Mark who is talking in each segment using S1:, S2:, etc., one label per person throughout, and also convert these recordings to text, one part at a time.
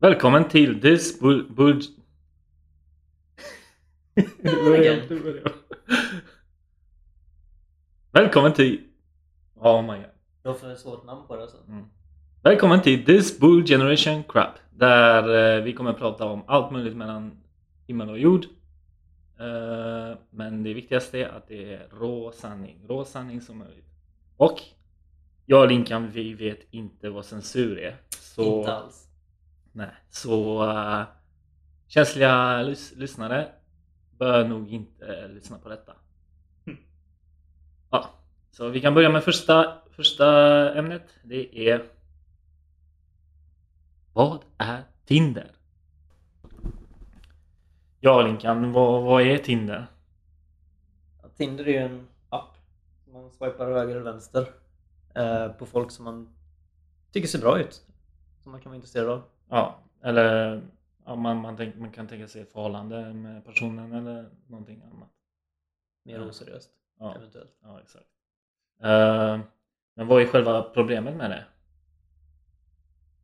S1: Välkommen till This Bull... bull... Nu börjar jag, nu börjar jag. Välkommen till... Oh my god.
S2: Du har för svårt namn på det alltså.
S1: Välkommen till This Bull Generation Crap. Där eh, vi kommer prata om allt möjligt mellan himmel och jord. Eh, men det viktigaste är att det är rå sanning. Rå sanning som möjligt. Och jag och Linkan, vi vet inte vad censur är. Så...
S2: Inte alls.
S1: Nej, så eh, känsliga lys- lyssnare bör nog inte eh, lyssna på detta.
S2: Mm.
S1: Ja, så vi kan börja med första, första ämnet. Det är Vad är Tinder? Ja Linkan, vad, vad är Tinder?
S2: Ja, Tinder är ju en app. Man swipar höger och vänster eh, på folk som man tycker ser bra ut. Som man kan vara intresserad av.
S1: Ja, eller ja, man, man, tänk, man kan tänka sig ett förhållande med personen eller någonting annat.
S2: Mer
S1: Ja.
S2: oseriöst
S1: Ja.
S2: eventuellt.
S1: Ja, exakt. Eh, men vad är själva problemet med det?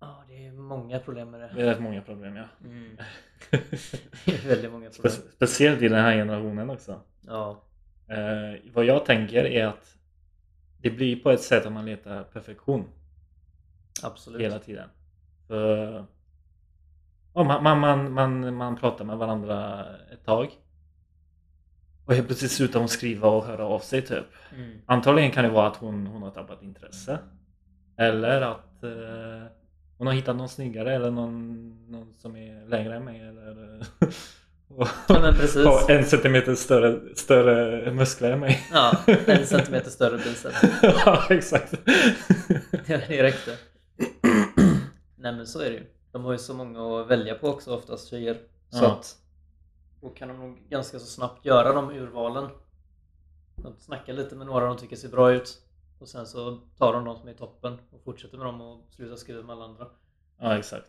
S2: Ja, det är många problem med
S1: Det
S2: det.
S1: är rätt många problem ja.
S2: Mm. Det är väldigt många problem.
S1: Spe- speciellt i den här generationen också.
S2: Ja.
S1: Eh, vad jag tänker är att det blir på ett sätt att man letar perfektion
S2: Absolut.
S1: hela tiden. För, ja, man, man, man, man, man pratar med varandra ett tag. Och helt plötsligt slutar hon skriva och höra av sig typ.
S2: Mm.
S1: Antagligen kan det vara att hon, hon har tappat intresse. Eller att eh, hon har hittat någon snyggare eller någon, någon som är längre än mig. Eller, eh, och,
S2: Ja, men precis.
S1: och en centimeter större, större muskler än mig.
S2: Ja, en centimeter större bicep.
S1: ja, exakt.
S2: Ja, det räckte. Nej men så är det ju. De har ju så många att välja på också oftast tjejer. Så
S1: Ja.
S2: att då kan de nog ganska så snabbt göra de urvalen. De snackar lite med några de tycker ser bra ut. Och sen så tar de de som är i toppen och fortsätter med dem och slutar skriva med alla andra.
S1: ja, exakt.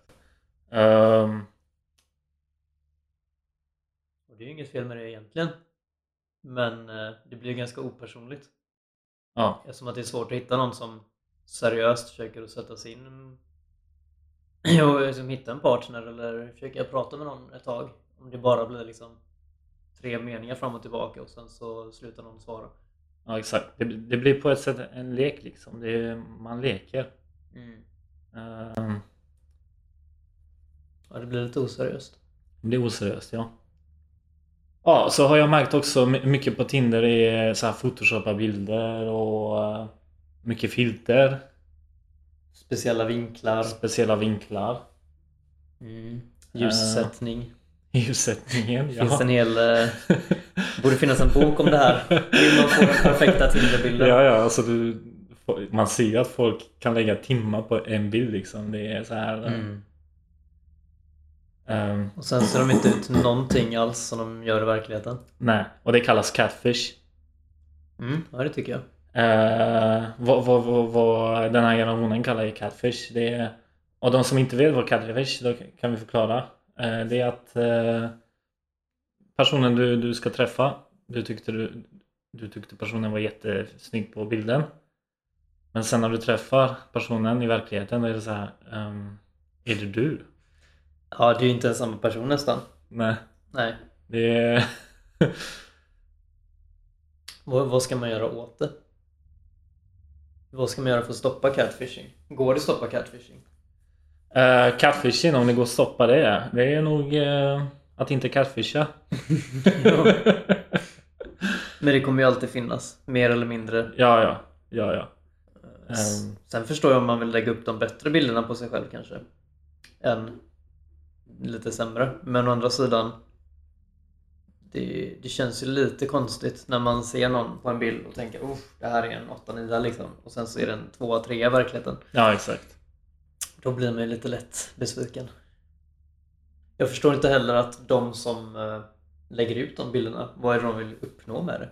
S1: Ehm,
S2: Och det är ju inget fel med det egentligen. Men eh, det blir ju ganska opersonligt.
S1: ja,
S2: Eftersom att det är svårt att hitta någon som seriöst försöker att sätta sig in och liksom hitta en partner eller försöka prata med någon ett tag. Om det bara blir liksom tre meningar fram och tillbaka och sen så slutar någon svara.
S1: ja, exakt. Det, det blir på ett sätt en lek liksom. Det är, man leker. Ehm,
S2: Ja, det blir lite oseriöst.
S1: det blir oseriöst, ja. Ja, så har jag märkt också my- mycket på Tinder är så här photoshopa bilder och eh, mycket filter.
S2: Speciella vinklar,
S1: Speciella vinklar.
S2: ljussättning.
S1: Ljussättningen,
S2: Det finns en hel... eh, borde finnas en bok om det här. Hur man får den perfekta Tinderbilden.
S1: Ja, ja, alltså du, man ser ju att folk kan lägga timmar på en bild liksom. Det är så här.
S2: Mm.
S1: ehm,
S2: Och sen ser de inte ut någonting alls som de gör i verkligheten.
S1: nej, och det kallas catfish.
S2: Ja, det tycker jag.
S1: Eh, vad, vad, vad, vad den här generationen kallar ju catfish. Det är, och de som inte vet vad catfish då kan vi förklara. Eh, det är att eh, personen du, du ska träffa, du tyckte, du, du tyckte personen var jättesnygg på bilden. Men sen när du träffar personen i verkligheten då är det så här. ehm, är det du?
S2: Ja, det är ju inte ens samma person nästan.
S1: Nej.
S2: Nej.
S1: Det är,
S2: Vad, vad ska man göra åt det? Vad ska man göra för att stoppa catfishing? Går det att stoppa catfishing?
S1: uh, catfishing, om det går att stoppa det, det är nog eh, att inte catfisha.
S2: Men det kommer ju alltid finnas, mer eller mindre.
S1: Ja, ja. ja, ja.
S2: S-
S1: Ehm.
S2: Sen förstår jag om man vill lägga upp de bättre bilderna på sig själv kanske. Än lite sämre. Men å andra sidan, det, det känns ju lite konstigt när man ser någon på en bild och tänker oh, det här är en 8-9 liksom. Och sen så är det en 2-3 i verkligheten.
S1: Ja, exakt.
S2: Då blir man ju lite lätt besviken. Jag förstår inte heller att de som eh, lägger ut de bilderna, vad är det de vill uppnå med det?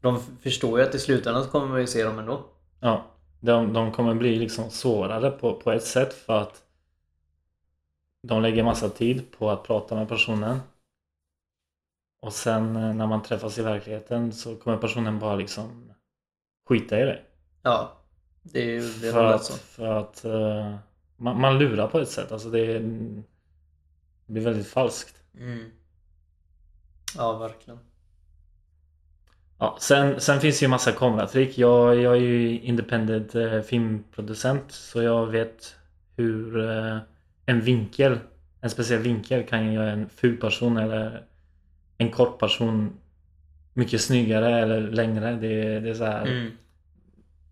S2: De f- förstår ju att i slutändan så kommer man ju se dem ändå.
S1: Ja, de, de kommer bli liksom sårade på, på ett sätt för att de lägger massa tid på att prata med personen. Och sen eh, när man träffas i verkligheten så kommer personen bara liksom skita i det.
S2: Ja, det är ju det
S1: För
S2: har lät
S1: att,
S2: så.
S1: för att eh, man, man lurar på ett sätt. Alltså det är, Det blir väldigt falskt.
S2: Mm. Ja, verkligen.
S1: Ja, sen, sen finns det ju massa kameratrick. Jag, jag är ju independent eh, filmproducent så jag vet hur eh, en vinkel, en speciell vinkel kan göra en ful person eller en kort person mycket snyggare eller längre. Det, det är så här,
S2: Mm.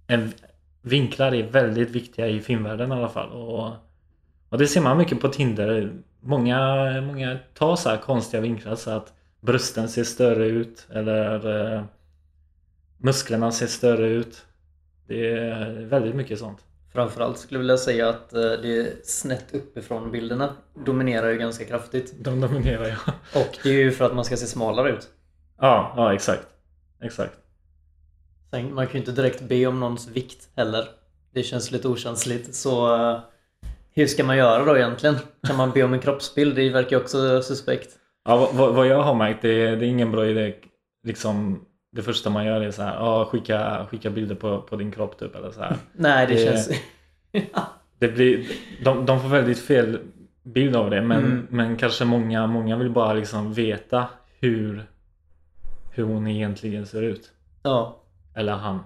S1: en, vinklar är väldigt viktiga i filmvärlden i alla fall. Och, och det ser man mycket på Tinder. Många, många tar så här konstiga vinklar så att brösten ser större ut eller eh, musklerna ser större ut. Det är väldigt mycket sånt.
S2: Framförallt skulle jag vilja säga att eh, det snett uppifrån bilderna dominerar ju ganska kraftigt.
S1: De dominerar ju.
S2: Och det är ju för att man ska se smalare ut.
S1: ja, ja exakt. Exakt.
S2: Sen, man kan ju inte direkt be om någons vikt heller. Det känns lite okänsligt. Så eh, hur ska man göra då egentligen? Kan man be om en kroppsbild? Det verkar ju också suspekt.
S1: Ja, vad- vad, vad jag har märkt, det, är- det är ingen bra idé. Liksom, det första man gör är så här, ja, skicka, skicka bilder på, på din kropp typ eller så här.
S2: Nej, det
S1: Det-
S2: känns...
S1: Det blir, de, de får väldigt fel bild av det men,
S2: Mm.
S1: men kanske många, många vill bara liksom veta hur, hur hon egentligen ser ut.
S2: ja.
S1: Eller han.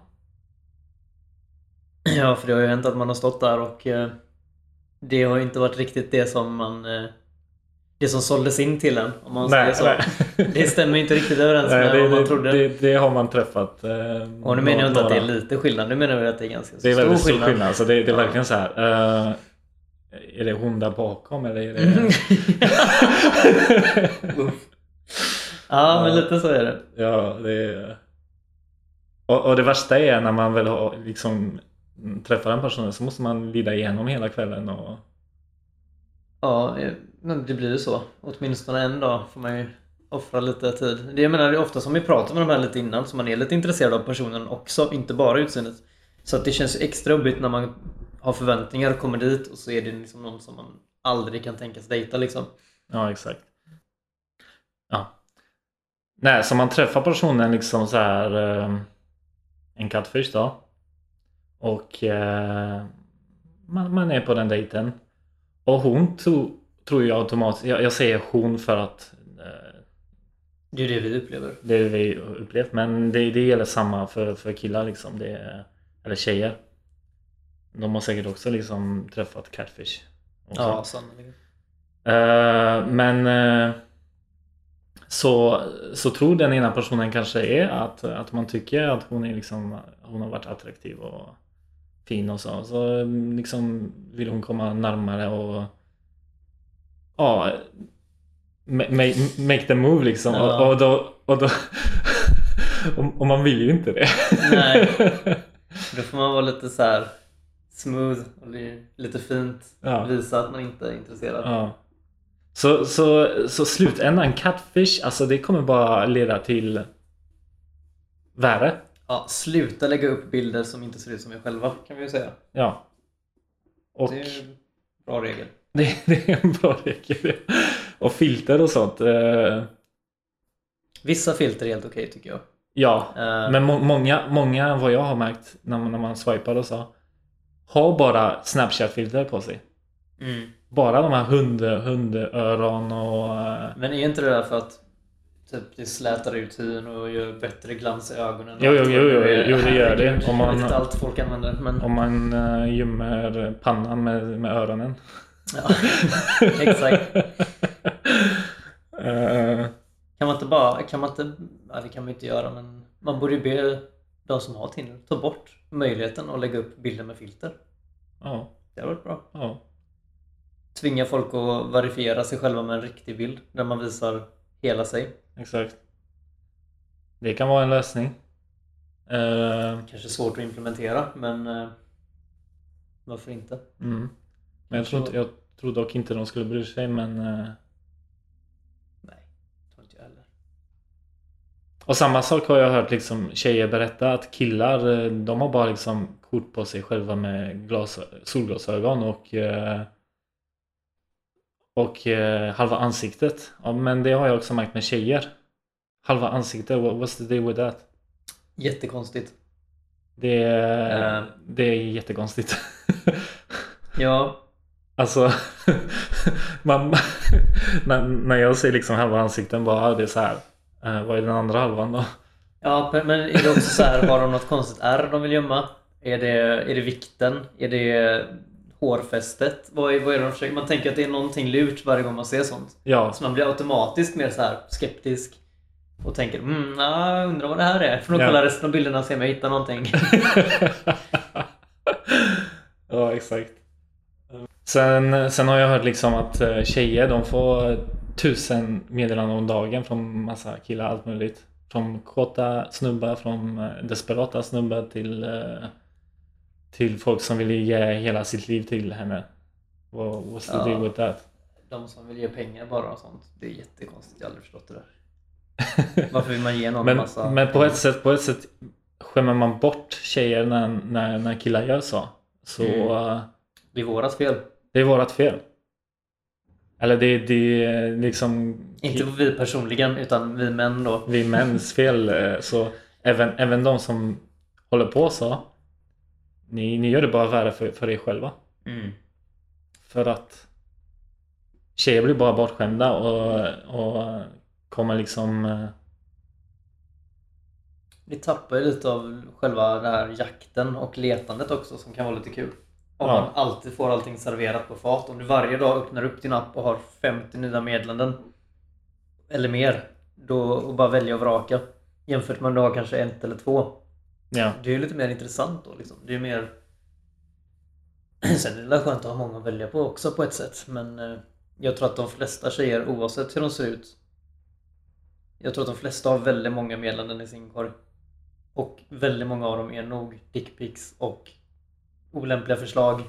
S2: Ja, för det har ju hänt att man har stått där och eh, det har ju inte varit riktigt det som man... eh, Det som såldes in till en, om man säger så. Det stämmer ju inte riktigt överens
S1: Nej,
S2: med
S1: det,
S2: vad man
S1: det-
S2: trodde.
S1: Det, det har man träffat. Eh,
S2: och nu menar jag inte att det
S1: några-
S2: är lite skillnad, nu menar jag att det är ganska
S1: Det är
S2: stor,
S1: väldigt stor
S2: skillnad.
S1: skillnad. så det, det är
S2: Ja.
S1: verkligen så här. eh, är det hon där bakom eller är det...
S2: ja,
S1: Ja.
S2: men lite så är det.
S1: Ja, det är... och, och det värsta är när man väl har, liksom, träffar den personen så måste man lida igenom hela kvällen. Och...
S2: Ja, eh, men det blir ju så. Åtminstone en dag får man ju offra lite tid. Det jag menar, det är ofta som vi pratar med de här lite innan, så man är lite intresserad av personen också, inte bara utseendet. Så att det känns extra jobbigt när man har förväntningar och kommer dit och så är det liksom någon som man aldrig kan tänkas dejta liksom.
S1: Ja, exakt. Ja. Nej, så man träffar personen liksom så här eh, en kattfish då. Och eh, man, man är på den dejten. Och hon tro, tror jag automatiskt, jag, jag säger hon för att eh,
S2: Det är det vi upplever.
S1: det har vi upplevt men det, det gäller samma för, för killar liksom. Det, är- eller tjejer. De har säkert också liksom träffat catfish. och så.
S2: Ja, sannolikt.
S1: Eh, men eh, så, så tror den ena personen kanske är att, att man tycker att hon, är liksom, hon har varit attraktiv och fin och så. Så eh, liksom vill hon komma närmare och ja, ma- ma- make the move liksom.
S2: Ja.
S1: Och, och då, och, då och, och man vill ju inte det.
S2: Nej. Då får man vara lite så här smooth och li- lite fint.
S1: Ja.
S2: Visa att man inte är intresserad.
S1: Ja. Så, så, så slutändan catfish, alltså det kommer bara leda till värre.
S2: Ja, sluta lägga upp bilder som inte ser ut som er själva kan vi ju säga.
S1: Ja. Och
S2: Det är ju en bra regel.
S1: det, det är en bra regel. Och filter och sånt. eh,
S2: Vissa filter är helt okej tycker jag.
S1: Ja,
S2: Eh,
S1: men må- många, många vad jag har märkt när man, när man swipar och så. Har bara Snapchat-filter på sig.
S2: mm.
S1: Bara de här hund, hundöron och... eh,
S2: men är inte det där för att typ, det slätar ut hyn och gör bättre glans i ögonen? och
S1: Jo, jo,
S2: allt
S1: jo,
S2: vad
S1: jo,
S2: är?
S1: jo, det gör det.
S2: Herregud,
S1: Om
S2: Jag
S1: man-
S2: vet inte allt folk använder men
S1: Om man eh, gömmer pannan med, med öronen.
S2: ja. exakt.
S1: Eh,
S2: Kan man inte bara, kan man inte, ja, det kan man ju inte göra men man borde ju be de som har Tinder ta bort möjligheten att lägga upp bilder med filter.
S1: Ja,
S2: Det hade varit bra.
S1: ja.
S2: Tvinga folk att verifiera sig själva med en riktig bild där man visar hela sig.
S1: Exakt. Det kan vara en lösning. Eh,
S2: Kanske svårt att implementera men eh, varför inte?
S1: mm. Men jag tror, inte, jag tror dock inte de skulle bry sig men... eh,
S2: Tror inte jag heller.
S1: Och samma sak har jag hört liksom tjejer berätta att killar eh, de har bara liksom kort på sig själva med glas, solglasögon och eh, och eh, halva ansiktet. Ja, men det har jag också märkt med tjejer. Halva ansiktet, what- what's the deal with that?
S2: Jättekonstigt.
S1: Det är,
S2: Eh.
S1: det är jättekonstigt.
S2: Ja,
S1: Alltså, man, när, när jag ser liksom halva ansikten bara, ah, det är så här. Eh, vad är den andra halvan då?
S2: Ja, pe- men är det också så här, har de något konstigt ärr de vill gömma? Är det, är det vikten? Är det hårfästet? Vad är, vad är det de försöker? Man tänker att det är någonting lurt varje gång man ser sånt.
S1: Ja,
S2: Så man blir automatiskt mer så här skeptisk. Och tänker, mm, ah, undrar vad det här är. Får nog
S1: Ja.
S2: kolla resten av bilderna och se om jag hittar någonting.
S1: ja, exakt. Sen, sen har jag hört liksom att eh, tjejer de får tusen meddelanden om dagen från massa killar, allt möjligt. Från kåta snubbar, från eh, desperata snubbar till, eh, till folk som vill ge hela sitt liv till henne. What, what's the
S2: Ja.
S1: deal with that?
S2: De som vill ge pengar bara och sånt. Det är jättekonstigt, jag har aldrig förstått det där. Varför vill man ge någon
S1: Men,
S2: massa...
S1: men på, ett sätt, på ett sätt skämmer man bort tjejer när, när, när killar gör så. Så
S2: Mm.
S1: eh,
S2: Det är vårat fel.
S1: det är vårat fel. Eller det är det är liksom
S2: Inte vi personligen, utan vi män då.
S1: vi mäns fel. eh, Så även, även de som håller på så. Ni, ni gör det bara värre för, för er själva. För att tjejer blir bara bortskämda och, och kommer liksom... eh,
S2: Vi tappar ju lite av själva den här jakten och letandet också som kan vara lite kul. Om
S1: Ja.
S2: man alltid får allting serverat på fat. Om du varje dag öppnar upp din app och har 50 nya meddelanden eller mer då, och bara välja och vraka jämfört med om du har kanske ett eller två.
S1: Ja,
S2: Det är ju lite mer intressant då liksom. Det är ju mer... Sen är det väl skönt att ha många att välja på också på ett sätt. Men eh, jag tror att de flesta tjejer oavsett hur de ser ut. Jag tror att de flesta har väldigt många meddelanden i sin korg. Och väldigt många av dem är nog dickpics och olämpliga förslag.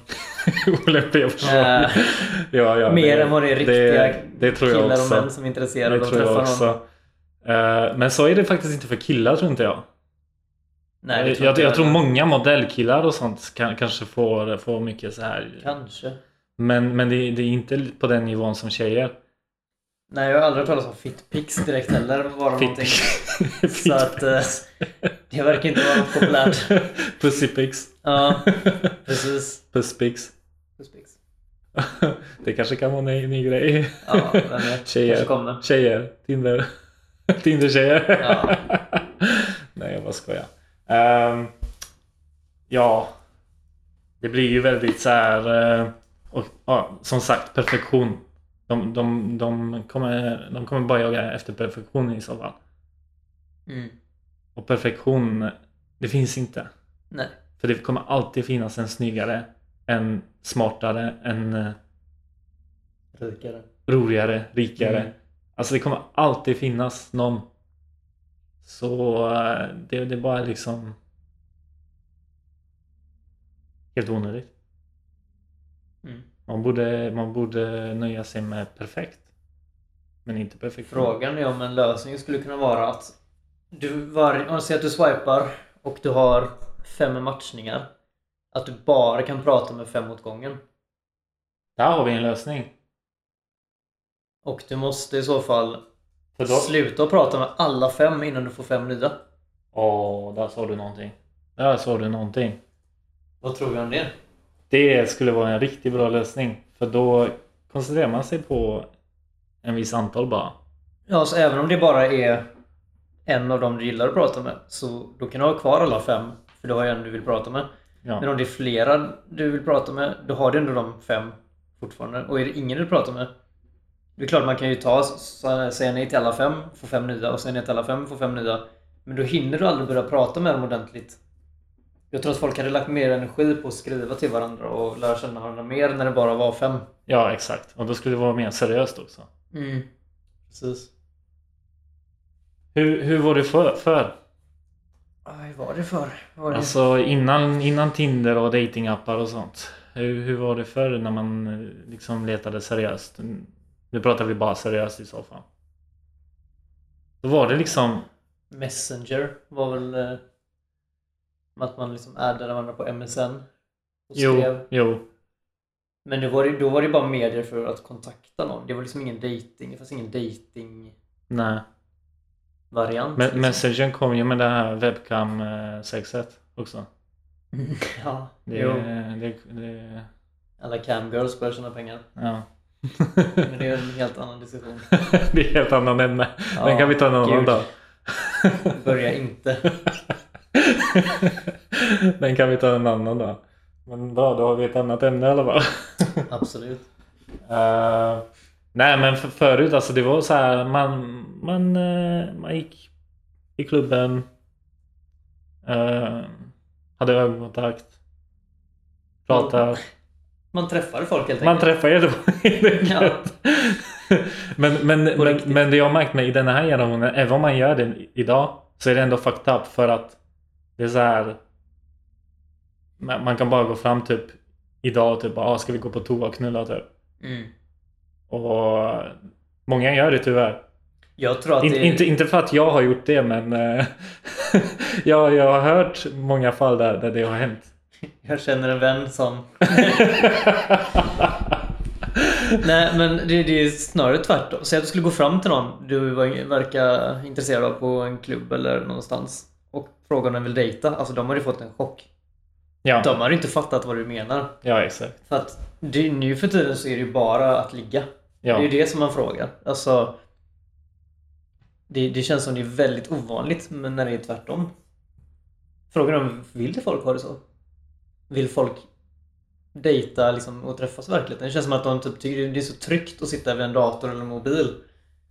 S1: olämpliga förslag.
S2: Eh,
S1: ja, ja,
S2: mer än vad det är riktiga
S1: det tror jag
S2: killar och
S1: också.
S2: män som är intresserade
S1: Det
S2: av att
S1: tror jag
S2: träffa
S1: också.
S2: någon.
S1: Eh, men så är det faktiskt inte för killar tror inte jag.
S2: Nej, det
S1: jag,
S2: tror
S1: jag,
S2: inte
S1: tror många modellkillar och sånt kan, kanske får, får mycket så här.
S2: Kanske.
S1: Men, men det, det är inte på den nivån som tjejer.
S2: Nej, jag har aldrig hört talas om fitpics direkt heller. Var det någonting.
S1: Fitt.
S2: Så att eh, det verkar inte vara något populärt.
S1: Pussypics.
S2: Ja, precis.
S1: Pusspics.
S2: Pussbix.
S1: Det kanske kan vara en ny grej.
S2: Ja, vem vet. Kanske
S1: Tjejer.
S2: kommer.
S1: Tjejer. Tinder. Tinder-tjejer.
S2: Ja.
S1: Nej, jag bara skojar. Ehm, ja. Det blir ju väldigt så här. eh, och, ja, som sagt, perfektion. De, de, de, kommer, de kommer bara jaga efter perfektion i så fall.
S2: Mm.
S1: Och perfektion, det finns inte.
S2: Nej.
S1: För det kommer alltid finnas en snyggare, en smartare, en eh,
S2: Rikare.
S1: roligare, rikare.
S2: Mm.
S1: Alltså det kommer alltid finnas någon. Så eh, det, det är bara liksom helt onödigt.
S2: Mm.
S1: Man borde, man borde nöja sig med perfekt. Men inte perfekt.
S2: Frågan är om en lösning skulle kunna vara att du var, om du säger att du swipar och du har fem matchningar. Att du bara kan prata med fem åt gången.
S1: Där har vi en lösning.
S2: Och du måste i så fall
S1: För då...
S2: sluta att prata med alla fem innan du får fem nya.
S1: Åh, där sa du någonting. Där sa du någonting.
S2: Vad tror vi om det?
S1: Det skulle vara en riktigt bra lösning. För då koncentrerar man sig på en viss antal bara.
S2: Ja, så även om det bara är en av dem du gillar att prata med så då kan du ha kvar alla fem för du har ju en du vill prata med. Men
S1: Ja.
S2: om det är flera du vill prata med, då har du ändå de fem fortfarande. Och är det ingen du pratar med, det är klart man kan ju ta, så- säga nej till alla fem, få fem nya och säga nej till alla fem, få fem nya. Men då hinner du aldrig börja prata med dem ordentligt. Jag tror att folk hade lagt mer energi på att skriva till varandra och lära känna varandra mer när det bara var fem.
S1: ja, exakt. Och då skulle det vara mer seriöst också.
S2: Mm. Precis.
S1: Hur, hur var det för? för?
S2: Aj, vad var det för? Vad var det?
S1: Alltså innan, innan Tinder och datingappar och sånt. Hur, hur var det förr när man eh, liksom letade seriöst? Nu pratar vi bara seriöst i så fall. Då var det liksom...
S2: Messenger var väl eh, att man liksom addade varandra på MSN. Och skrev.
S1: Jo, jo.
S2: Men det var, ju- då var det bara medier för att kontakta någon. Det var liksom ingen dating. Det fanns ingen dating-variant.
S1: Nej. Men,
S2: liksom.
S1: messagern kom ju med det här webcam-sexet också.
S2: ja,
S1: Det,
S2: jo.
S1: det, det,
S2: Alla camgirls börjar tjäna pengar.
S1: Ja.
S2: Men det är en helt annan diskussion.
S1: det är helt annan ämne.
S2: Ja,
S1: Den kan vi ta en annan
S2: gud.
S1: dag.
S2: Börja inte.
S1: Den kan vi ta en annan dag. Men bra, då har vi ett annat ämne i alla fall.
S2: Absolut.
S1: Eh, nej men för, förut alltså det var så här man, man, eh, man gick i klubben. eh, hade ögonkontakt.
S2: Mm.
S1: Pratade.
S2: Man träffar folk helt
S1: Man
S2: enkelt.
S1: träffar er helt enkelt. Men, men,
S2: På
S1: men,
S2: riktigt.
S1: men det jag har märkt med i den här generationen, även om man gör det idag, så är det ändå fucked up för att det är så här. Man man kan bara gå fram typ idag och typ ah, ska vi gå på toa och knulla typ.
S2: Mm.
S1: Och många gör det tyvärr.
S2: Jag tror att
S1: In,
S2: det är...
S1: inte, inte för att jag har gjort det men eh, jag, jag har hört många fall där, där det har hänt.
S2: Jag känner en vän som... Nej men det, det är snarare tvärtom. Säg att du skulle gå fram till någon du var- verkar intresserad av på en klubb eller någonstans och fråga om den vill dejta. Alltså de hade ju fått en chock.
S1: ja,
S2: De hade ju inte fattat vad du menar.
S1: ja exakt.
S2: För att det, nu för tiden så är det ju bara att ligga.
S1: Ja.
S2: Det är ju det som man frågar. Alltså, det, det känns som det är väldigt ovanligt men när det är tvärtom. Frågan om vill folk ha det så? Vill folk dejta liksom, och träffas i verkligheten? Det känns som att de typ tycker det är så tryggt att sitta vid en dator eller en mobil.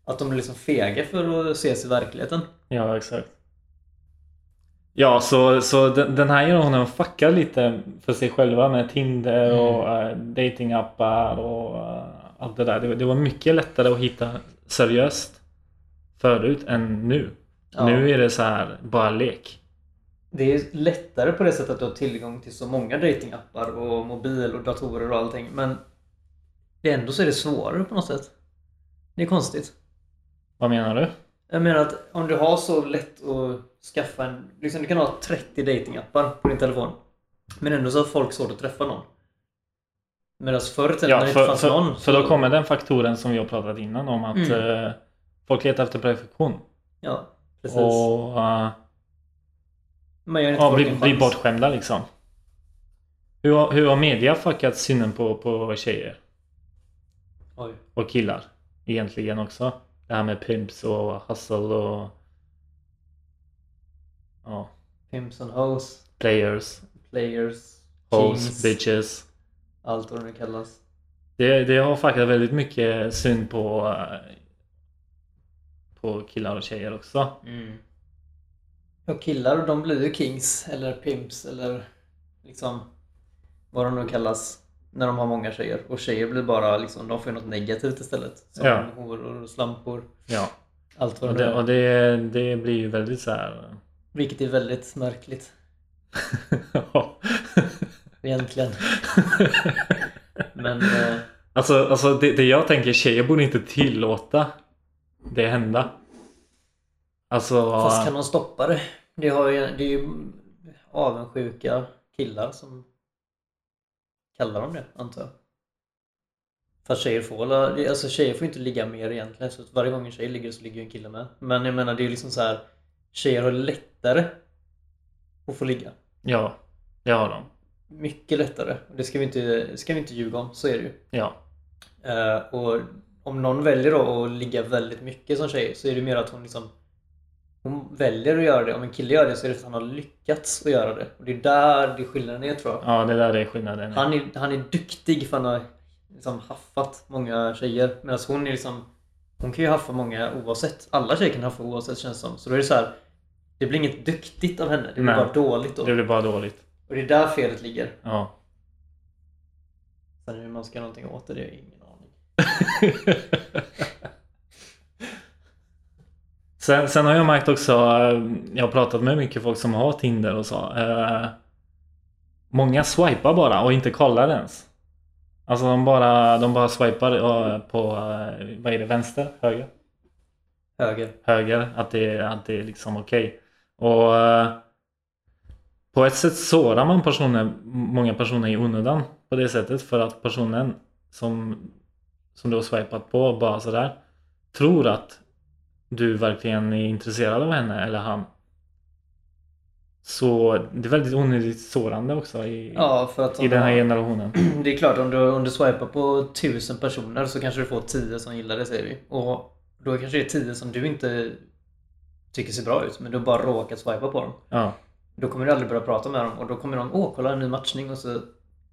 S2: Att de blir liksom fega för att ses i verkligheten.
S1: Ja, exakt. Ja, så, så den, den här generationen fuckar lite för sig själva med Tinder
S2: Mm.
S1: och eh, datingappar och eh, allt det där. Det, var- det var mycket lättare att hitta seriöst förut än nu.
S2: Ja.
S1: Nu är det så här bara lek.
S2: Det är lättare på det sättet att du har tillgång till så många datingappar och mobil och datorer och allting men det ändå så är det svårare på något sätt. Det är konstigt.
S1: Vad menar du?
S2: Jag menar att om du har så lätt att skaffa en... Liksom du kan ha 30 datingappar på din telefon. Men ändå så har folk svårt att träffa någon. Medan förr i tiden
S1: Ja,
S2: när det
S1: för,
S2: inte fanns
S1: för,
S2: någon.
S1: för då kommer den faktoren som vi har pratat innan om att
S2: Mm.
S1: eh, folk letar efter perfektion.
S2: Ja, precis.
S1: Och eh,
S2: Man ger inte
S1: Ja,
S2: folk
S1: bli,
S2: en
S1: bli
S2: chans.
S1: bortskämda liksom. Hur har, hur har media fuckat synen på, på tjejer
S2: Oj.
S1: och killar egentligen också? Det här med pimps och hustle och ja,
S2: Pimps and hoes,
S1: players,
S2: players,
S1: hoes,
S2: kings,
S1: bitches.
S2: allt vad det nu kallas.
S1: Det, det har fuckat väldigt mycket syn på, eh, på killar och tjejer också.
S2: Och killar, de blir ju kings eller pimps eller liksom vad de nu kallas när de har många tjejer. Och tjejer blir bara liksom, de får ju något negativt istället. Som
S1: Ja.
S2: horor och slampor.
S1: Ja,
S2: Allt vad
S1: och
S2: det
S1: det,
S2: nu
S1: och det,
S2: är.
S1: det blir ju väldigt så här.
S2: Vilket är väldigt märkligt
S1: ja.
S2: egentligen. Men eh,
S1: Alltså, alltså det, det jag tänker, tjejer borde inte tillåta det hända. Alltså,
S2: fast kan de stoppa det? Det, har ju, det är ju avundsjuka killar som kallar dem det antar jag. Fast tjejer får hålla- det- alltså tjejer får inte ligga mer egentligen. Så att varje gång en tjej ligger så ligger ju en kille med. Men jag menar det är ju liksom så här. Tjejer har lättare att få ligga.
S1: ja, det har de.
S2: Mycket lättare. Och Det ska vi inte, ska vi inte ljuga om, så är det ju.
S1: Ja,
S2: Eh, och om någon väljer då att ligga väldigt mycket som tjej så är det mer att hon liksom hon väljer att göra det. Om en kille gör det så är det för att han har lyckats att göra det. Och det är där det är skillnaden är tror jag.
S1: ja det där är skillnaden.
S2: Han är, han är duktig för han har liksom haffat många tjejer. Medan hon är liksom Hon kan ju haffa många oavsett. Alla tjejer kan haffa oavsett känns det som. Så då är det så här. Det blir inget duktigt av henne. Det blir
S1: Nej.
S2: bara dåligt då.
S1: Det blir bara dåligt.
S2: Och det är där felet ligger.
S1: Ja.
S2: Sen hur man ska göra någonting åt det, det har jag ingen aning.
S1: sen, sen har jag märkt också, eh, jag har pratat med mycket folk som har Tinder och så. Eh, många swipar bara och inte kollar ens. Alltså de bara, de bara swipar eh, på, eh, vad är det, vänster? Höger?
S2: Höger.
S1: höger. Att det, att det är liksom okej. Och eh, på ett sätt sårar man personer, många personer i onödan på det sättet. För att personen som, som du har swipat på bara sådär tror att du verkligen är intresserad av henne eller han. Så det är väldigt onödigt sårande också i,
S2: Ja, för att
S1: i den här generationen.
S2: det är klart, om du, om du swipar på tusen personer så kanske du får tio som gillar det säger vi. Och då kanske det är tio som du inte tycker ser bra ut, men du har bara råkat swipa på dem.
S1: Ja,
S2: Då kommer du aldrig börja prata med dem och då kommer de åh, kolla en ny matchning och så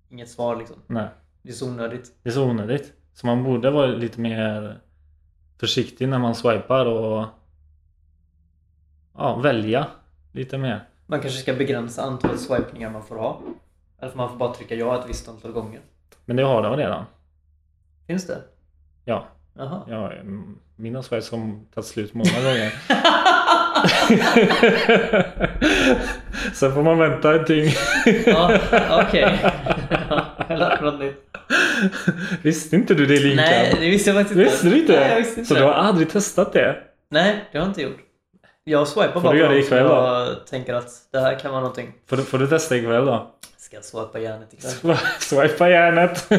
S2: inget svar liksom.
S1: nej.
S2: Det är så onödigt.
S1: Det är så onödigt. Så man borde vara lite mer försiktig när man swipar och ja, välja lite mer.
S2: Man kanske ska begränsa antalet swipningar man får ha. Eller för man får bara trycka ja ett visst antal gånger.
S1: Men det har de redan.
S2: Finns det?
S1: Ja,
S2: Jaha.
S1: ja mm, mina swipes har tagit slut många gånger. Sen får man vänta ett dygn.
S2: Ja, okej. Jag lärde mig något nytt.
S1: Visste inte du det Linkan?
S2: Nej, det visste jag faktiskt inte.
S1: Visste du inte?
S2: Nej, jag visste inte
S1: Så
S2: det.
S1: du har aldrig testat det?
S2: Nej, det har jag inte gjort. Jag swipar
S1: Får
S2: bara
S1: du
S2: på
S1: göra det
S2: dem som
S1: ikväll då?
S2: jag tänker att det här kan vara någonting.
S1: Får du, får du testa ikväll då?
S2: Ska jag swipa hjärnet ikväll?
S1: Swi- Swipa järnet.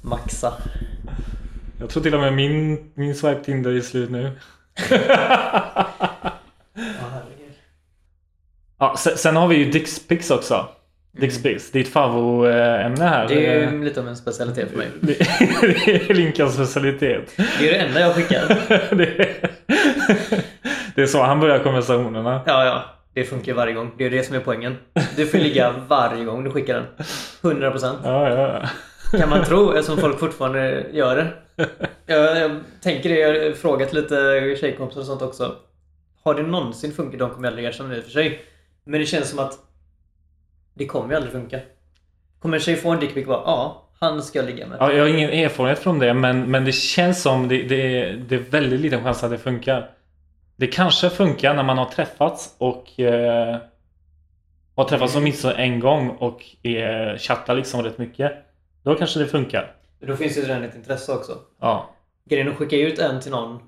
S2: Maxa.
S1: Jag tror till och med min, min swipe Tinder är slut nu. Ja, se- sen har vi ju Dixpics också. Dixpics, ditt favoritämne här.
S2: Mm. Det är ju lite av en specialitet för mig.
S1: Det- det är Linkans specialitet.
S2: Det är det enda jag skickar.
S1: Det är, det är så han börjar konversationerna.
S2: Ja, ja. Det funkar ju varje gång. Det är det som är poängen. Du får ligga varje gång du skickar den. 100%.
S1: Ja, ja,
S2: Kan man tro eftersom folk fortfarande gör det. Jag, jag tänker det. Jag har frågat lite tjejkompisar och sånt också. Har det någonsin funkat? De kommer aldrig erkänna det i och för sig. Men det känns som att det kommer ju aldrig funka. Kommer en tjej få en dickpic och bara ja, han ska jag ligga med.
S1: ja. Jag har ingen erfarenhet från det, men, men det känns som det, det, är, det är väldigt liten chans att det funkar. Det kanske funkar när man har träffats och eh, har träffats åtminstone en gång och eh, chattar liksom rätt mycket. Då kanske det funkar.
S2: Då finns det ju redan ett intresse också.
S1: Ja.
S2: Grejen är att skicka ut en till någon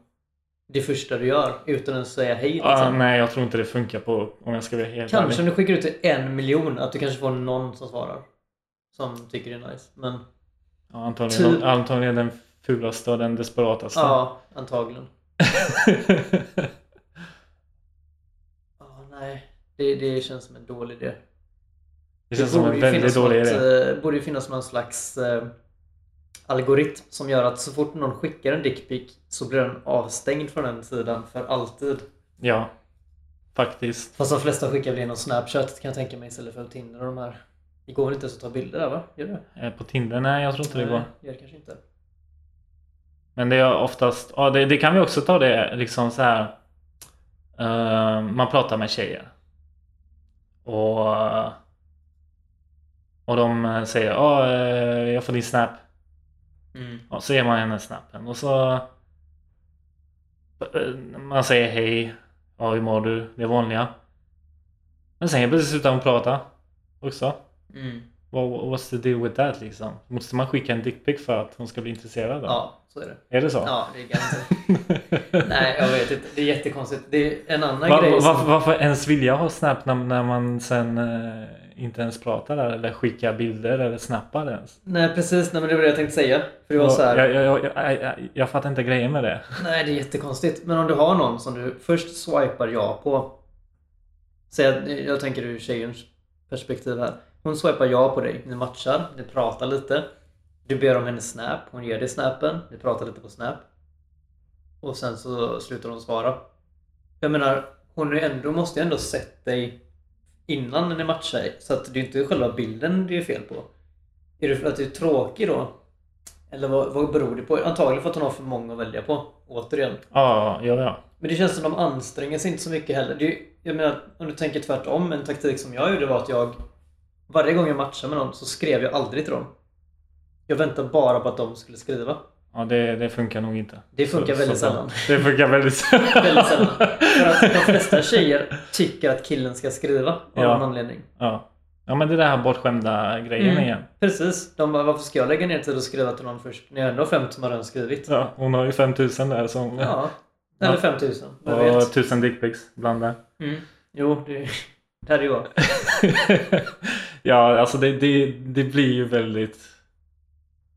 S2: det första du gör utan att säga hej. Liksom.
S1: Ah, nej, jag tror inte det funkar på om jag ska vara helt
S2: Kanske
S1: ärlig.
S2: om du skickar ut till en miljon att du kanske får någon som svarar. Som tycker det är nice. Men
S1: Ja, antagligen,
S2: Typ.
S1: antagligen den fulaste och den desperataste.
S2: ja, antagligen. Ja, nej. Det, det känns som en dålig idé.
S1: det känns som en
S2: ju
S1: väldigt
S2: finnas
S1: dålig
S2: något,
S1: idé.
S2: eh, borde ju finnas någon slags eh, algoritm som gör att så fort någon skickar en dickpic så blir den avstängd från den sidan för alltid.
S1: Ja, faktiskt.
S2: Fast de flesta skickar väl genom Snapchat kan jag tänka mig istället för Tinder och de här. Det går väl inte ens att ta bilder där va? Gör det?
S1: Eh, På Tinder, nej jag tror inte det går.
S2: Nej, gör det kanske inte.
S1: Men det är oftast, ja, det, det kan vi också ta det liksom så här. eh, man pratar med tjejer. Och, eh, och de eh, säger ja eh, jag får din snap.
S2: Mm.
S1: Ja, så ger man henne snappen och så eh, man säger hej, ja, hur mår du? Det är vanliga. Men sen helt plötsligt slutar hon prata också.
S2: Mm.
S1: What, what's the deal with that liksom? Måste man skicka en dickpic för att hon ska bli intresserad? då?
S2: Ja, så är det.
S1: Är det så?
S2: Ja, det är ganska... Nej, jag vet inte. Det är jättekonstigt. Det är en annan
S1: Va-
S2: grej
S1: va-
S2: som...
S1: varför, varför ens vilja ha snap när, när man sen eh, inte ens pratar där, eller skickar bilder eller snappar ens?
S2: Nej, precis. Nej, men det var det jag tänkte säga. För det var
S1: Och
S2: så här...
S1: jag, jag, jag, jag, jag, jag fattar inte grejen med det.
S2: Nej, det är jättekonstigt. Men om du har någon som du först swipar ja på. Säg att, jag tänker ur tjejens perspektiv här. Hon swipar ja på dig. Ni matchar, ni pratar lite. Du ber om hennes snap. Hon ger dig snapen. Ni pratar lite på snap. Och sen så slutar hon svara. Jag menar, hon är ändå, måste ju ändå sett dig innan ni matchar. Så att det är inte själva bilden det är fel på. Är det för att du är tråkig då? Eller vad, vad beror det på? Antagligen för att hon har för många att välja på. Återigen.
S1: Ja, ja, ja.
S2: Men det känns som de anstränger sig inte så mycket heller. Det är, ju- jag menar, om du tänker tvärtom. En taktik som jag gjorde var att jag varje gång jag matchade med någon så skrev jag aldrig till dem. Jag väntade bara på att de skulle skriva.
S1: Ja, det, det funkar nog inte.
S2: Det funkar väldigt
S1: bra.
S2: sällan.
S1: Det funkar väldigt sällan.
S2: Väldigt sällan. För att de flesta tjejer tycker att killen ska skriva av
S1: Ja.
S2: någon anledning.
S1: Ja. ja, men det där här bortskämda grejen
S2: Mm.
S1: igen.
S2: Precis. De bara, varför ska jag lägga ner tid och skriva till någon först? När jag ändå har 50 som har redan skrivit.
S1: Ja, hon har ju 5000 där som...
S2: Ja. Eller
S1: Ja.
S2: 5000. Vem
S1: och
S2: vet?
S1: 1000 dickpics bland det.
S2: Mm. Jo, det, det hade ju varit.
S1: ja, alltså det, det, det blir ju väldigt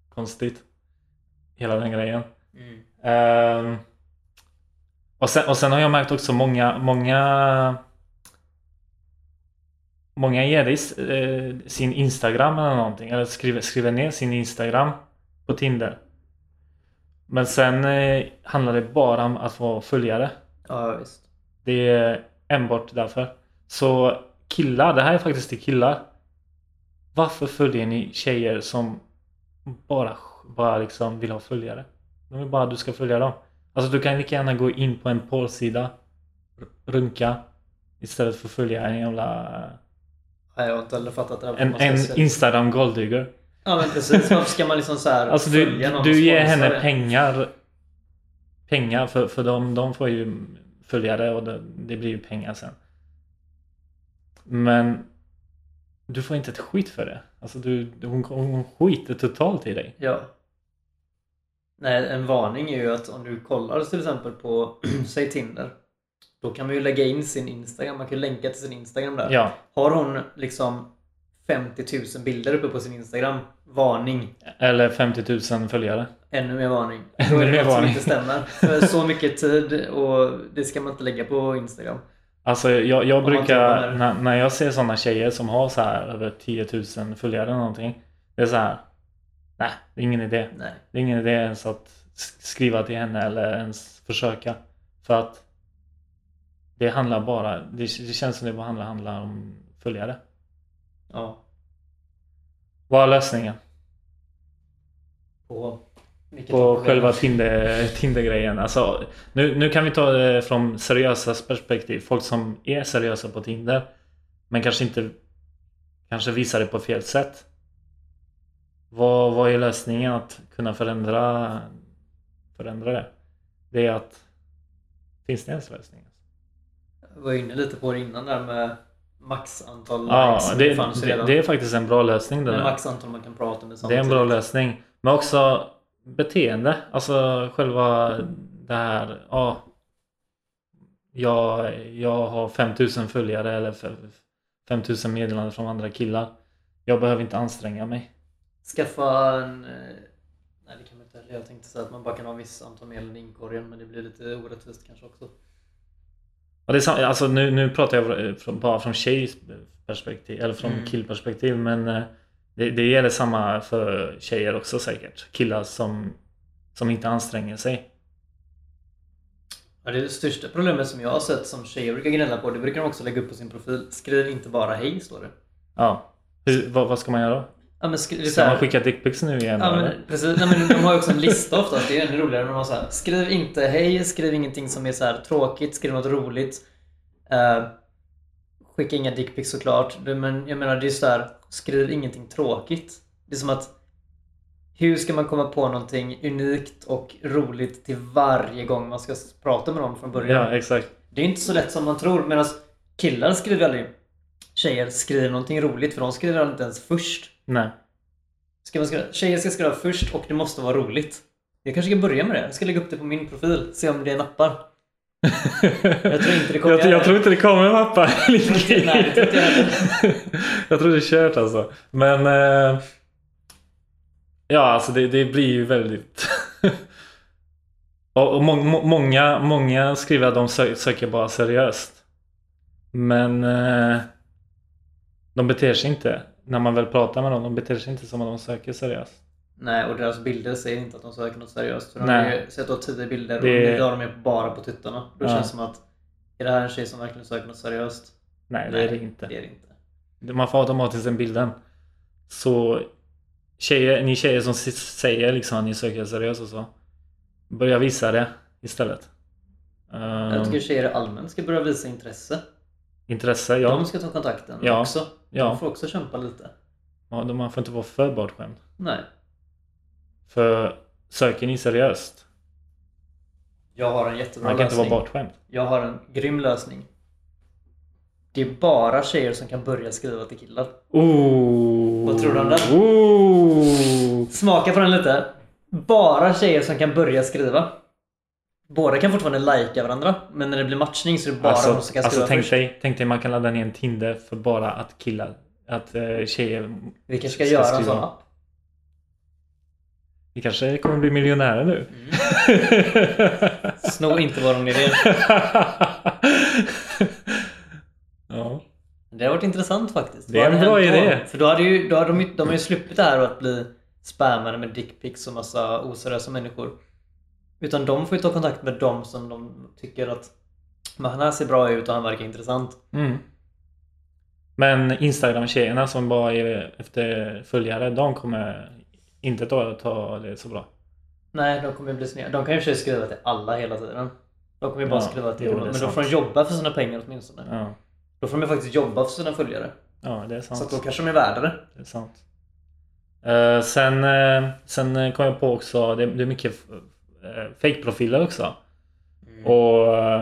S1: konstigt. Hela den grejen.
S2: Mm.
S1: Ehm, och, sen, och sen har jag märkt också många, många Många ger dig s- eh, sin Instagram eller någonting. Eller skriver, skriver ner sin Instagram på Tinder. Men sen eh, handlar det bara om att få följare.
S2: Ja, ja, visst.
S1: Det är enbart därför. Så killar, det här är faktiskt till killar. Varför följer ni tjejer som bara, bara liksom vill ha följare? De vill bara att du ska följa dem. Alltså du kan lika gärna gå in på en porrsida, r- runka, istället för att följa en jävla...
S2: Nej, jag har inte heller fattat det här.
S1: En,
S2: Man ska
S1: en
S2: se-
S1: Instagram golddigger.
S2: Ja, men precis. Varför ska man liksom så här
S1: Alltså du,
S2: följa någon och
S1: du ger
S2: sponsra
S1: henne
S2: det?
S1: pengar. Pengar för, för de, de får ju följare och det, det blir ju pengar sen. Men du får inte ett skit för det. Alltså du, hon, hon skiter totalt i dig.
S2: Ja. Nej, en varning är ju att om du kollar till exempel på, säg Tinder. Då kan man ju lägga in sin Instagram. Man kan ju länka till sin Instagram där.
S1: Ja,
S2: Har hon liksom 50 000 bilder uppe på sin Instagram. Varning.
S1: eller 50 000 följare.
S2: Ännu mer varning.
S1: Ännu
S2: Då är det
S1: mer
S2: något som
S1: varning.
S2: inte stämmer. För så mycket tid och det ska man inte lägga på Instagram.
S1: Alltså jag, jag
S2: man
S1: brukar,
S2: tittar.
S1: när, när jag ser sådana tjejer som har så här över 10 000 följare eller någonting. Det är så här. Nej, det är ingen idé.
S2: Nej.
S1: Det är ingen idé ens att sk- skriva till henne eller ens försöka. För att det handlar bara, det, det känns som det bara handlar, handlar om följare.
S2: Ja.
S1: Vad är lösningen
S2: På, vilket
S1: på
S2: problem.
S1: själva Tinder, Tinder-grejen? Alltså, nu, nu kan vi ta det från seriösa perspektiv. Folk som är seriösa på Tinder men kanske inte kanske visar det på fel sätt. Vad, vad är lösningen att kunna förändra, förändra det? Det är att finns det ens lösning?
S2: Jag var inne lite på det innan där med maxantal
S1: Ja,
S2: likes.
S1: det,
S2: fanns ju
S1: det,
S2: redan.
S1: det är faktiskt en bra lösning. Det,
S2: Men
S1: där.
S2: max antal man kan prata med
S1: det är en bra
S2: samtidigt.
S1: lösning. Men också beteende. Alltså själva det här. Ja, jag, jag har 5000 följare eller f- 5000 meddelanden från andra killar. Jag behöver inte anstränga mig.
S2: Skaffa en... eh, Nej det kan man inte heller. Jag tänkte säga att man bara kan ha en viss antal medel i inkorgen men det blir lite orättvist kanske också.
S1: Och det är, sam- alltså nu, nu pratar jag eh, från, bara från tjejs perspektiv eller från
S2: Mm.
S1: killperspektiv men eh, det, det gäller samma för tjejer också säkert. Killar som, som inte anstränger sig.
S2: Ja, det största problemet som jag har sett som tjejer brukar gnälla på det brukar de också lägga upp på sin profil. Skriv inte bara hej står det.
S1: Ja. Hur, vad, vad ska man göra?
S2: Ja men skriv så
S1: Ska man
S2: här.
S1: skicka dickpics nu igen?
S2: Ja,
S1: eller?
S2: men, precis. Nej, men de har ju också en lista oftast. Det är ju ännu roligare när de har så här. Skriv inte hej, skriv ingenting som är så här tråkigt, skriv något roligt. Eh, skicka inga dickpics såklart. Det- Men jag menar det är så här. Skriv ingenting tråkigt. Det är som att hur ska man komma på någonting unikt och roligt till varje gång man ska s- prata med någon från början?
S1: ja exakt.
S2: Det är inte så lätt som man tror. Medan killar skriver aldrig tjejer skriver någonting roligt för de skriver aldrig inte ens först.
S1: Nej.
S2: Ska man skriva, tjejer ska skriva först och det måste vara roligt. Jag kanske ska börja med det. Jag ska lägga upp det på min profil. Se om det nappar. Jag tror inte det kommer-
S1: jag, jag tror inte det kommer mappa.
S2: Nej, det tror inte jag
S1: jag tror det är kört alltså. Men... eh, ja, alltså det, det blir ju väldigt... och och må, må, många, många skriver att de sö, söker bara seriöst. Men... eh, de beter sig inte. När man väl pratar med dem, de beter sig inte som att de söker seriöst.
S2: Nej, och deras bilder säger inte att de söker något seriöst. För de
S1: Nej.
S2: har ju sett att tio bilder och
S1: Det-
S2: nu la de är bara på tuttarna. Då
S1: Ja.
S2: känns det som att är det här en tjej som verkligen söker något seriöst?
S1: Nej, det är det inte.
S2: Det är det inte.
S1: Man får automatiskt den bilden. Så tjejer, ni tjejer som s- säger liksom att ni söker seriöst och så. Börja visa det istället. Ehm,
S2: Jag tycker tjejer allmänt ska börja visa intresse.
S1: intresse, ja.
S2: De ska ta kontakten
S1: Ja.
S2: också. De
S1: ja.
S2: får också kämpa lite.
S1: ja. de- Man får inte vara för bortskämd.
S2: Nej.
S1: För söker ni seriöst,
S2: Jag har en jättebra
S1: man kan inte
S2: lösning.
S1: vara bortskämd.
S2: Jag har en grym lösning. Det är bara tjejer som kan börja skriva till killar.
S1: Oh.
S2: Vad tror du om det?
S1: Oh.
S2: Smaka på den lite. Bara tjejer som kan börja skriva. Båda kan fortfarande likea varandra, men när det blir matchning så är det bara
S1: Alltså,
S2: de som kan skriva
S1: alltså tänk,
S2: först.
S1: dig, tänk dig man kan ladda ner en Tinder för bara att killar, att eh, tjejer,
S2: Vi kanske ska,
S1: ska
S2: göra en
S1: skriva.
S2: sån app.
S1: vi kanske kommer bli miljonärer nu.
S2: Mm. Sno inte våran idé.
S1: ja.
S2: Det var varit intressant faktiskt.
S1: Det är en
S2: Vad hade
S1: bra
S2: hänt då?
S1: idé.
S2: För då hade, ju, då hade de, ju- de har ju sluppit det här att bli spammade med dickpics och massa oseriösa människor. Utan de får ju ta kontakt med dem som de tycker att men han här ser bra ut och han verkar intressant.
S1: Mm. Men Instagram-tjejerna som bara är efter följare, de kommer inte ta, ta det så bra.
S2: Nej, de kommer ju bli sneda. De kan ju i och för sig skriva till alla hela tiden. De kommer ju bara
S1: Ja,
S2: skriva till
S1: jo, det är
S2: Men då får
S1: sant.
S2: de jobba för sina pengar åtminstone.
S1: Ja,
S2: Då får de ju faktiskt jobba för sina följare.
S1: ja det är sant.
S2: Så att då kanske de är värda det.
S1: Det är sant. Eh, sen, eh, sen eh, kom jag på också, det, det är mycket uh, fake-profiler också.
S2: Mm.
S1: Och eh,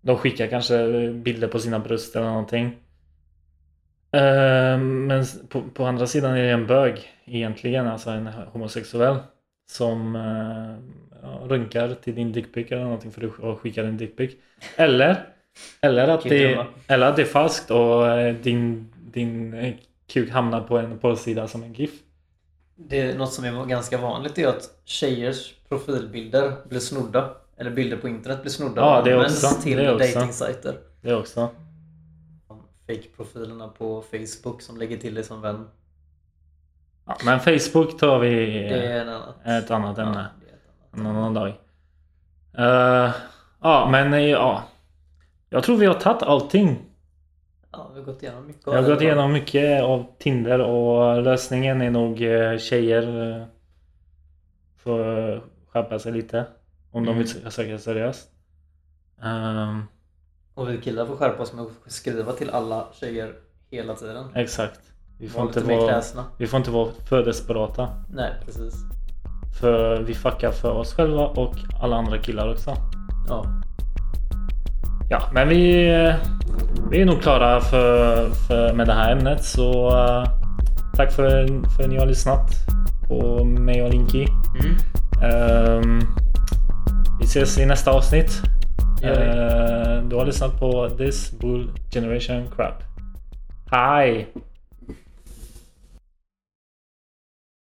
S1: de skickar kanske bilder på sina bröst eller någonting. Eh, men s- på, på andra sidan är det en bög egentligen, alltså en homosexuell. Som eh, ja, runkar till din dickpic eller någonting för du och skickar en dickpic. Eller, eller, att
S2: Kan ju
S1: det,
S2: drömma.
S1: eller att det är falskt och eh, din, din eh, kuk hamnar på en porrsida som en GIF.
S2: Det är något som är ganska vanligt är att tjejers profilbilder blir snodda. Eller bilder på internet blir snodda
S1: Ja,
S2: och
S1: det är
S2: används
S1: också-
S2: till
S1: det är också.
S2: dejtingsajter.
S1: Det också.
S2: Fake-profilerna på Facebook som lägger till dig som vän.
S1: Ja, men Facebook tar vi
S2: Det är en annat.
S1: ett annat ämne.
S2: det är ett annat.
S1: en annan dag. Eh, ja, men eh, ja. Jag tror vi har tagit allting.
S2: Ja, vi har gått igenom mycket
S1: Jag har gått igenom mycket av Tinder och lösningen är nog eh, tjejer eh, får skärpa sig lite om de
S2: Mm.
S1: vill sö- söka seriöst. Ehm,
S2: Och vi killar får skärpa oss med att skriva till alla tjejer hela tiden.
S1: exakt. Vi får,
S2: Var
S1: inte
S2: lite mer
S1: vara,
S2: kräsna.
S1: vi får inte vara för desperata.
S2: Nej, precis.
S1: För vi fuckar för oss själva och alla andra killar också.
S2: Ja.
S1: Ja, men vi, eh, vi är nog klara för, för, med det här ämnet så eh, tack för, för att ni har lyssnat på mig och Linky.
S2: Mm.
S1: Ehm, vi ses i nästa avsnitt.
S2: Gör vi.
S1: Eh, du har lyssnat på This Bull Generation Crap. Hej!